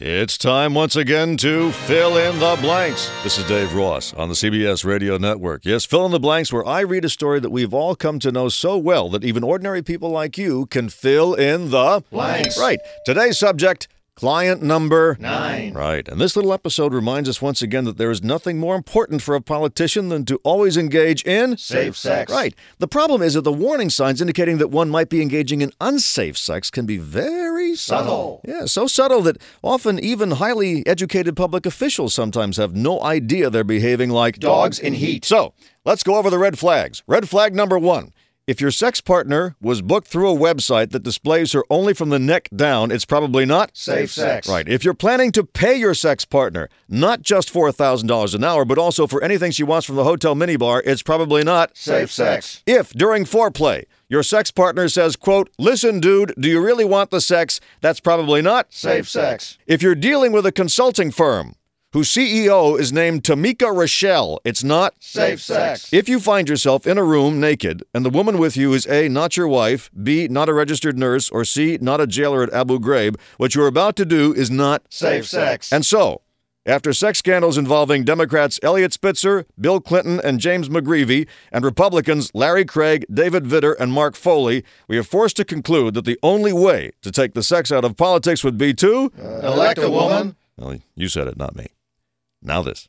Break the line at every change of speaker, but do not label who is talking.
It's time once again to fill in the blanks. This is Dave Ross on the CBS Radio Network. Yes, fill in the blanks where I read a story that we've all come to know so well that even ordinary people like you can fill in the
Blanks.
Right. Today's subject client number
Nine.
Right. And this little episode reminds us once again that there is nothing more important for a politician than to always engage in
Safe sex.
Right. The problem is that the warning signs indicating that one might be engaging in unsafe sex can be very
Subtle.
Yeah, so subtle that often even highly educated public officials sometimes have no idea they're behaving like
Dogs in heat.
So, let's go over the red flags. Red flag number one. If your sex partner was booked through a website that displays her only from the neck down, it's probably not
Safe sex.
Right. If you're planning to pay your sex partner not just $4,000 an hour, but also for anything she wants from the hotel minibar, it's probably not
Safe sex.
If during foreplay, your sex partner says, quote, listen, dude, do you really want the sex? That's probably not
Safe sex.
If you're dealing with a consulting firm whose CEO is named Tamika Rochelle, it's not
Safe sex.
if you find yourself in a room naked and the woman with you is A, not your wife, B, not a registered nurse, or C, not a jailer at Abu Ghraib, what you're about to do is not.
Safe sex.
And so, after sex scandals involving Democrats Elliot Spitzer, Bill Clinton, and James McGreevey, and Republicans Larry Craig, David Vitter, and Mark Foley, we are forced to conclude that the only way to take the sex
Uh.
out of politics would be to.
Elect a woman.
Well, you said it, not me. Now this.